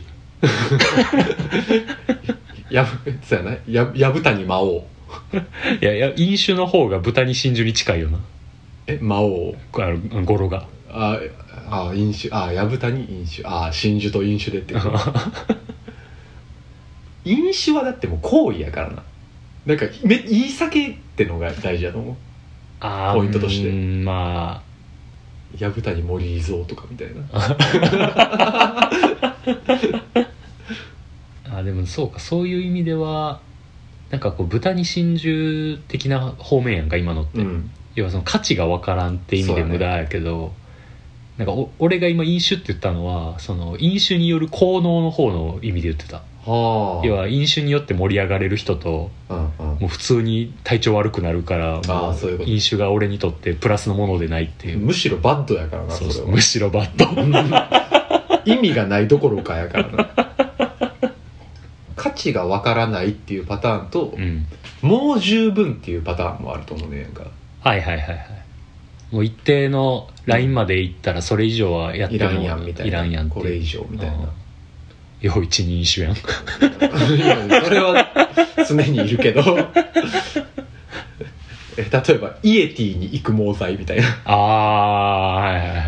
S2: や ぶそうやなややぶたに魔王
S1: いやいや飲酒の方が豚に真珠に近いよな
S2: え魔王
S1: あの語呂が
S2: ああ飲酒あ薮谷飲酒あ真珠と飲酒でって飲酒はだってもう行為やからななんかめいい酒ってのが大事だと思う
S1: あー
S2: ポイントとして
S1: うんまあ
S2: 薮谷森伊蔵とかみたいな
S1: あーでもそうかそういう意味ではなんかこう豚に真珠的な方面やんか今のって、
S2: うん
S1: 要はその価値が分からんって意味
S2: そう
S1: で
S2: だね
S1: 無駄やけど、なんかお俺が今飲酒って言ったのはその飲酒による効能の方の意味で言ってた
S2: はあ
S1: 要は飲酒によって盛り上がれる人と
S2: うんうん
S1: もう普通に体調悪くなるから
S2: ー
S1: も
S2: そういうこと
S1: 飲酒が俺にとってプラスのものでないっていう
S2: むしろバッドやからな
S1: そうそう
S2: れは
S1: むしろバッド
S2: 意味がないどころかやからな価値がわからないっていうパターンと、
S1: うん
S2: もう十分っていうパターンもあると思うねなん か
S1: はいはいはいはいもう一定のラインまで行ったらそれ以上はやって
S2: い
S1: も
S2: らんやんみたいない
S1: らんやんって
S2: これ以上みたいな
S1: よう一人種やん
S2: いやそれは常にいるけど え例えばイエティに育毛剤みたい な
S1: ああはいはいはいはい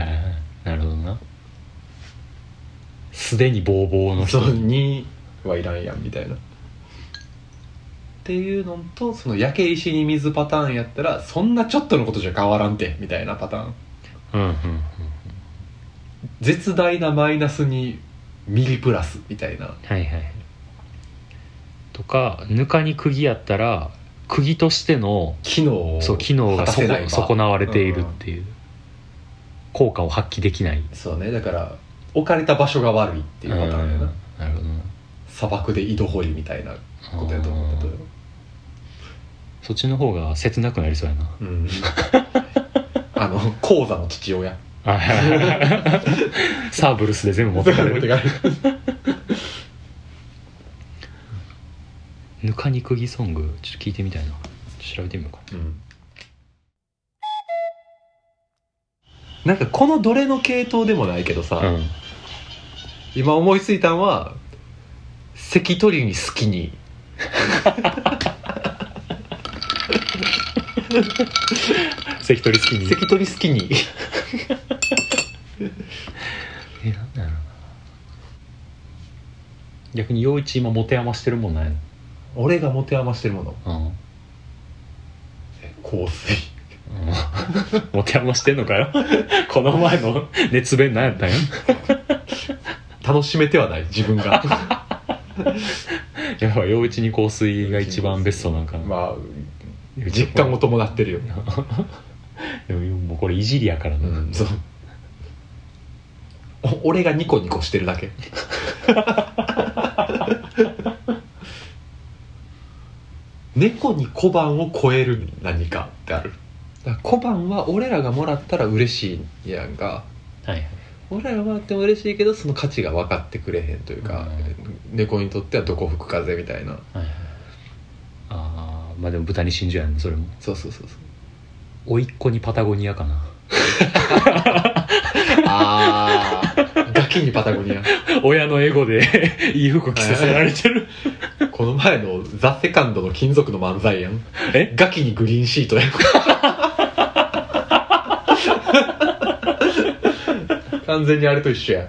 S1: なるほどなすでにボーボーの人
S2: そうにはいらんやんみたいなっていうのとその焼け石に水パターンやったらそんなちょっとのことじゃ変わらんてみたいなパターン
S1: うんうんうん
S2: 絶大なマイナスにミリプラスみたいな
S1: はいはいとかぬかに釘やったら釘としての
S2: 機能を
S1: そう機能
S2: 果
S1: が
S2: たせ
S1: 損
S2: ない場
S1: 損なわれているっていう、効果を発揮できないっ
S2: そうねだから置かれた場所が悪いって
S1: て
S2: いうパターンやな
S1: なるほどな
S2: 砂漠で井戸掘りみたいなことやと思う例えば
S1: そっちの方が切なくなりそうやな
S2: うんあの鉱座の父親
S1: サーブルスで全部持ってかれるぬかに釘ソングちょっと聞いてみたいな調べてみようか
S2: うんなんかこのどれの系統でもないけどさ、
S1: なうん
S2: 今思いついたんは関取に好きに
S1: 関取好きに
S2: 関取好きに
S1: えなんだろうな逆に陽一今持て余してるもんない
S2: 俺が持て余してるもの
S1: の
S2: 香水
S1: うん、うん、持て余してんのかよ この前の熱弁なんや ったんや
S2: 楽しめてはない自分が
S1: やっぱ陽一に香水が一番ベストなんかな、
S2: まあ実感を伴ってるよ、
S1: でももうこれいじりやからな、
S2: うん、そうお俺がニコニコしてるだけ 猫に小判を超える何かってあるだから小判は俺らがもらったら嬉しいやんか
S1: はいはい
S2: 俺らがもらっても嬉しいけどその価値が分かってくれへんというか、猫にとってはどこ吹く風みたいな
S1: はいはいああまあでも豚に真珠やんなそれも
S2: そうそうそうそう
S1: 甥っ子にパタゴニアかな
S2: ああガキにパタゴニア
S1: 親のエゴで いい服着させられてる
S2: この前の「ザ・セカンドの金属の漫才やん
S1: え
S2: ガキにグリーンシートやん完全にあれと一緒や
S1: い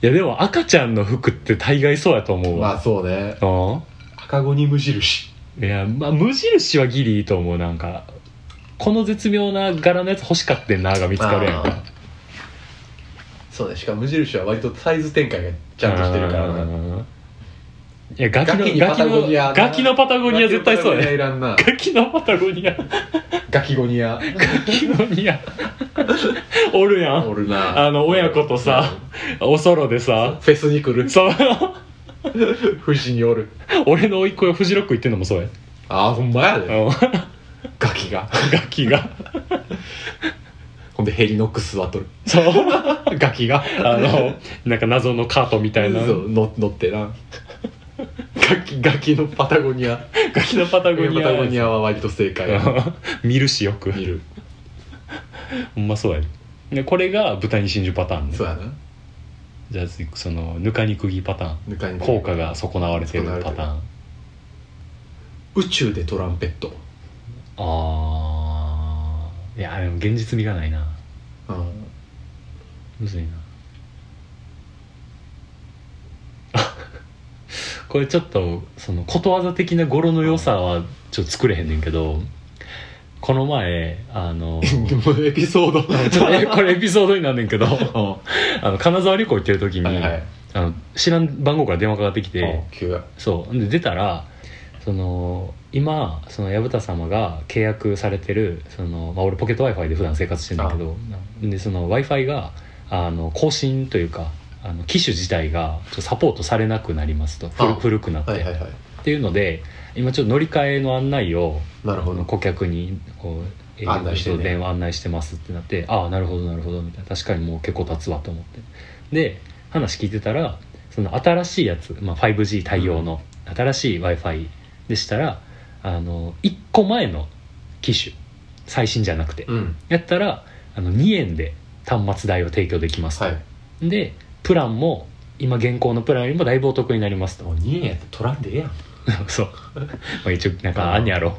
S1: やでも赤ちゃんの服って大概そうやと思う
S2: ま
S1: わ、
S2: あそうね
S1: うん
S2: 赤子に無印
S1: いやまあ無印はギリいいと思うなんかこの絶妙な柄のやつ欲しかってんなが見つかるやん
S2: あー
S1: か
S2: そうねしかも無印は割とサイズ展開がちゃんとしてるからな
S1: なやガキの
S2: ガキに
S1: ガ
S2: パ
S1: キ
S2: タゴ
S1: の
S2: ニアな
S1: ガキのパタゴニア絶対そう
S2: ガキのパタゴニア
S1: や
S2: いらんな
S1: ガキのパタゴニアガ
S2: ガキゴニア
S1: キのニ アおるや
S2: お
S1: ん
S2: るな
S1: あの親子とさおそろでさ
S2: フェスに来る
S1: その
S2: 富士におる
S1: 俺の甥っ子がフジロック行ってんのもそうや
S2: ああほんまやで
S1: うん
S2: ガキが
S1: ガキが
S2: ほんでヘリノックス座 っとる
S1: そう
S2: ガキが
S1: あ のなんか謎のカートみたいな
S2: そうの乗ってなガキガキのパタゴニア
S1: ガキのパタ
S2: パ
S1: ゴニア
S2: タゴニアは割と正解や
S1: 見るしよく
S2: 見る
S1: ほんまそうやねでこれが豚に真珠パターンね
S2: そうやな
S1: じゃあ次そのぬかに釘パターン
S2: ぬかに
S1: 効果が損なわれてるパ
S2: 損
S1: タ
S2: な
S1: ーン
S2: 宇宙でトランペット
S1: あいやでも現実味がないな
S2: うん
S1: むずいな あこれちょっとそのことわざ的な語呂の良さはちょっと作れへんねんけどこの前あ の
S2: でもエピソード
S1: ちょっとえこれエピソードになんねんけど
S2: う
S1: あの金沢旅行行ってる時に、
S2: んはいはい
S1: あの知らん番号から電話かかってきて、
S2: うん急や
S1: そうで出たらその今その薮田様が契約されてるその、まあ、俺ポケット w i f i で普段生活してんだけどでその w i f i があの更新というかあの機種自体がちょっとサポートされなくなりますと古
S2: あ
S1: 古くなって、
S2: はいはいはい
S1: っていうので今ちょっと乗り換えの案内を
S2: なるほど
S1: 顧客にこう営業
S2: 案内してね
S1: と電話案内してますってなってああなるほどなるほどみたいな確かにもう結構経つわと思ってで話聞いてたらその新しいやつ、まあ、5G 対応の新しい w i f i でしたらあの1個前の機種最新じゃなくて、
S2: うん
S1: やったらあの2円で端末代を提供できますと、
S2: はい
S1: でプランも今現行のプランよりもだいぶお得になりますと
S2: もう2円やったら取らんでええやん
S1: そう。まあ一応、なんか、あんや ろ。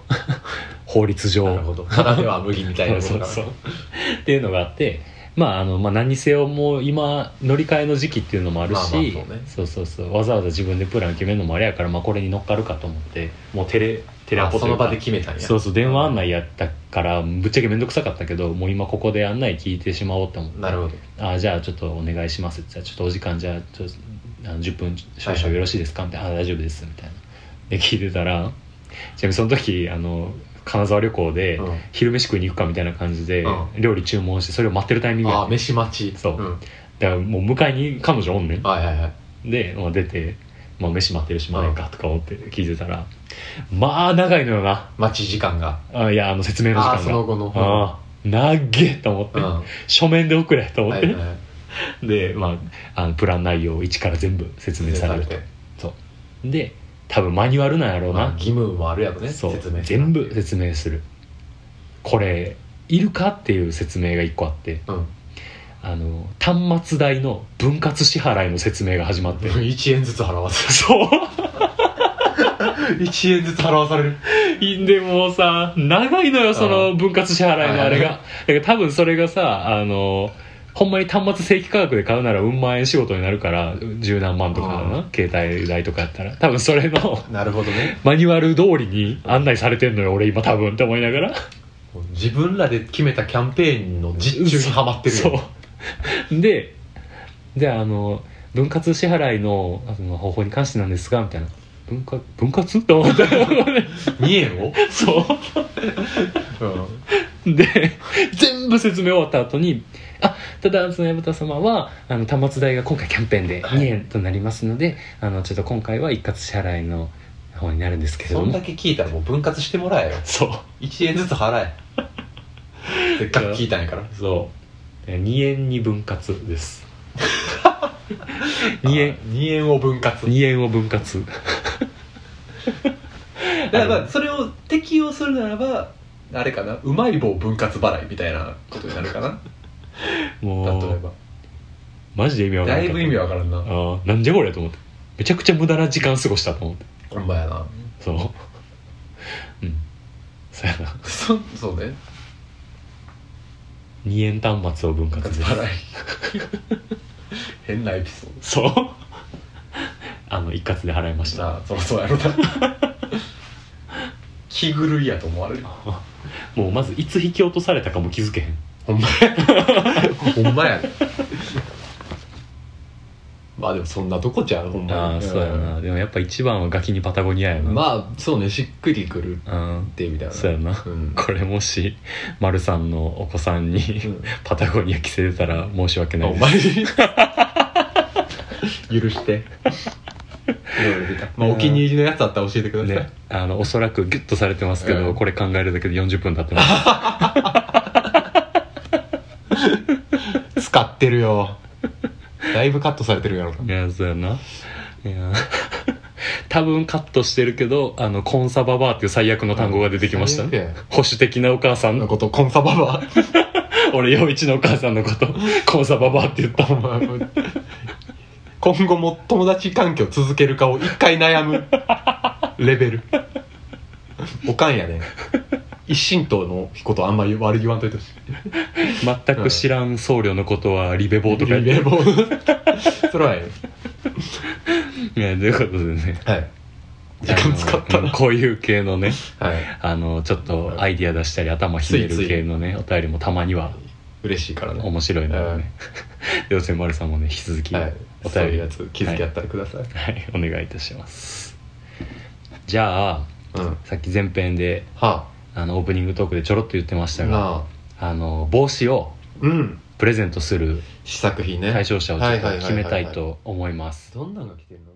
S1: 法律上。
S2: なるほどただでは無理みたいな
S1: そうそうそう。っていうのがあって、まあ、あの、まあ、何にせよ、もう今、乗り換えの時期っていうのもあるし、
S2: まあまあそ
S1: そ
S2: うね
S1: うそうそうわざわざ自分でプラン決めるのもあれやから、まあ、これに乗っかるかと思って、もうテレ、テ
S2: テ
S1: レ
S2: レ
S1: アポ
S2: そ
S1: とい
S2: の
S1: うか
S2: 場で決めたんや
S1: そうそう、電話案内やったから、ぶっちゃけ面倒くさかったけど、もう今ここで案内聞いてしまおうと思って。
S2: なるほど
S1: あじゃあちょっとお願いしますって言ったらちょっとお時間じゃあちょっとあの10分少
S2: はいは
S1: 々
S2: い
S1: よろしいですかみたいな「あ大丈夫です」みたいなで聞いてたらちなみにその時あの金沢旅行で
S2: うん
S1: 昼飯食いに行くかみたいな感じで
S2: う
S1: 料理注文してそれを待ってるタイミング
S2: あ
S1: や
S2: あ
S1: だか
S2: 飯待ち
S1: そうんらもう迎えに彼女おんねん
S2: はいはいはい
S1: で、まあ、出て、まあ、飯待ってるしまあええかとか思って聞いてたらまあ長いのよな
S2: 待ち時間が
S1: あいやあの説明の時間が
S2: あその後の
S1: ああ長えと思って、
S2: うんは
S1: 書面で送れと
S2: い
S1: 思っ
S2: は
S1: て、
S2: いはい
S1: で、まあ、あのプラン内容を一から全部説明されるとそうで多分マニュアルなんやろう
S2: まあ
S1: な、
S2: 義務もあるやろね
S1: そう
S2: 説明
S1: 全部説明するこれいるかっていう説明が一個あって
S2: うん
S1: あの端末代の分割支払いの説明が始まって
S2: 1円ずつ払わ せ
S1: そう
S2: る1円ずつ払わ される
S1: でもさ長いのよその分割支払いのあれ
S2: はい
S1: がだから多分それがさあのほんまに端末正規価格で買うならうん万円仕事になるから十何万とかだな携帯代とかやったら多分それの
S2: なるほどね
S1: マニュアル通りに案内されてんのよ俺今多分って思いながら
S2: 自分らで決めたキャンペーンの実中にハマってるよ
S1: そうでであの分割支払いのあの方法に関してなんですがみたいな分割分割って思った
S2: 2円 を、
S1: そうで全部説明終わった後にあただその薮田様はあの端末代が今回キャンペーンで2円となりますので、あのちょっと今回は一括支払いの方になるんですけれ
S2: そ
S1: ど
S2: ん
S1: も
S2: だけ聞いたらもう分割してもらえよ
S1: そう
S2: 1円ずつ払えせっかく聞いたん やから
S1: そう2円に分割です2円
S2: 2円を分割
S1: 2円を分割
S2: だからまあそれを適用するならばあれかなうまい棒分割払いみたいなことになるかな例
S1: も
S2: え
S1: う
S2: ば
S1: マジで意味わから
S2: だ
S1: ん
S2: い
S1: かった
S2: ぶ意味わからんな
S1: あーなんじゃこれと思ってめちゃくちゃ無駄な時間過ごしたと思って
S2: ほんまやな
S1: そう うんそうやな
S2: そそうね
S1: 2円端末を分割
S2: 分
S1: です
S2: 割払い変なエピソ ー
S1: そうあの一括で払いまし
S2: ド
S1: た
S2: なあそろそろやろな気狂いやと思われる
S1: もうまずいつ引き落とされたかも気づけへん
S2: ほんまやほんまやねまあでもそんなとこじゃんほんまに
S1: ああそうやなでもやっぱ一番はガキにパタゴニアやな
S2: まあそうねしっくりくるっ
S1: うん
S2: てみたいな
S1: そうやな、
S2: うん
S1: これもし丸さんのお子さんに、
S2: ん
S1: パタゴニア着せてたら申し訳ない
S2: お
S1: です
S2: 前許してまあお気に入りのやつあったら教えてください、
S1: ね、あのおそらくギュッとされてますけど、
S2: うん
S1: これ考えるだけで40分経ってます
S2: 使ってるよだいぶカットされてるやろ
S1: いやそうやないや多分カットしてるけどあのコンサババアっていう最悪の単語が出てきました、
S2: 最悪や
S1: 保守的なお母さん
S2: のことコンサババ
S1: 俺陽一のお母さんのことコンサババアって言った
S2: アお前今後も友達関係を続けるかを一回悩むレベルおかんやね一神党のことあんまり悪い言わんといてほしい
S1: 全く知らん僧侶のことはリベボーとか
S2: リベボーそれはえ
S1: いやということでね
S2: えはい時間使っ
S1: あ
S2: た
S1: のうん
S2: な
S1: こういう系のね
S2: はい
S1: あのちょっとアイディア出したり頭ひね
S2: ついつ
S1: る
S2: い
S1: 系のねお便りもたまには
S2: 嬉しいからね
S1: 面白いの でね要するに丸さんもね引き続きお
S2: はい
S1: 便、
S2: そうい
S1: り
S2: うやつ気づきあったらください、
S1: はい、お願いいたしますじゃあ
S2: うんは
S1: さっき前編で
S2: あ
S1: あのオープニングトークでちょろっと言ってましたが
S2: なあ
S1: あの帽子を
S2: うん
S1: プレゼントする
S2: 試作品ね
S1: 対象者をちょっと決めたい
S2: はははは
S1: と思います
S2: どんなのが来てるの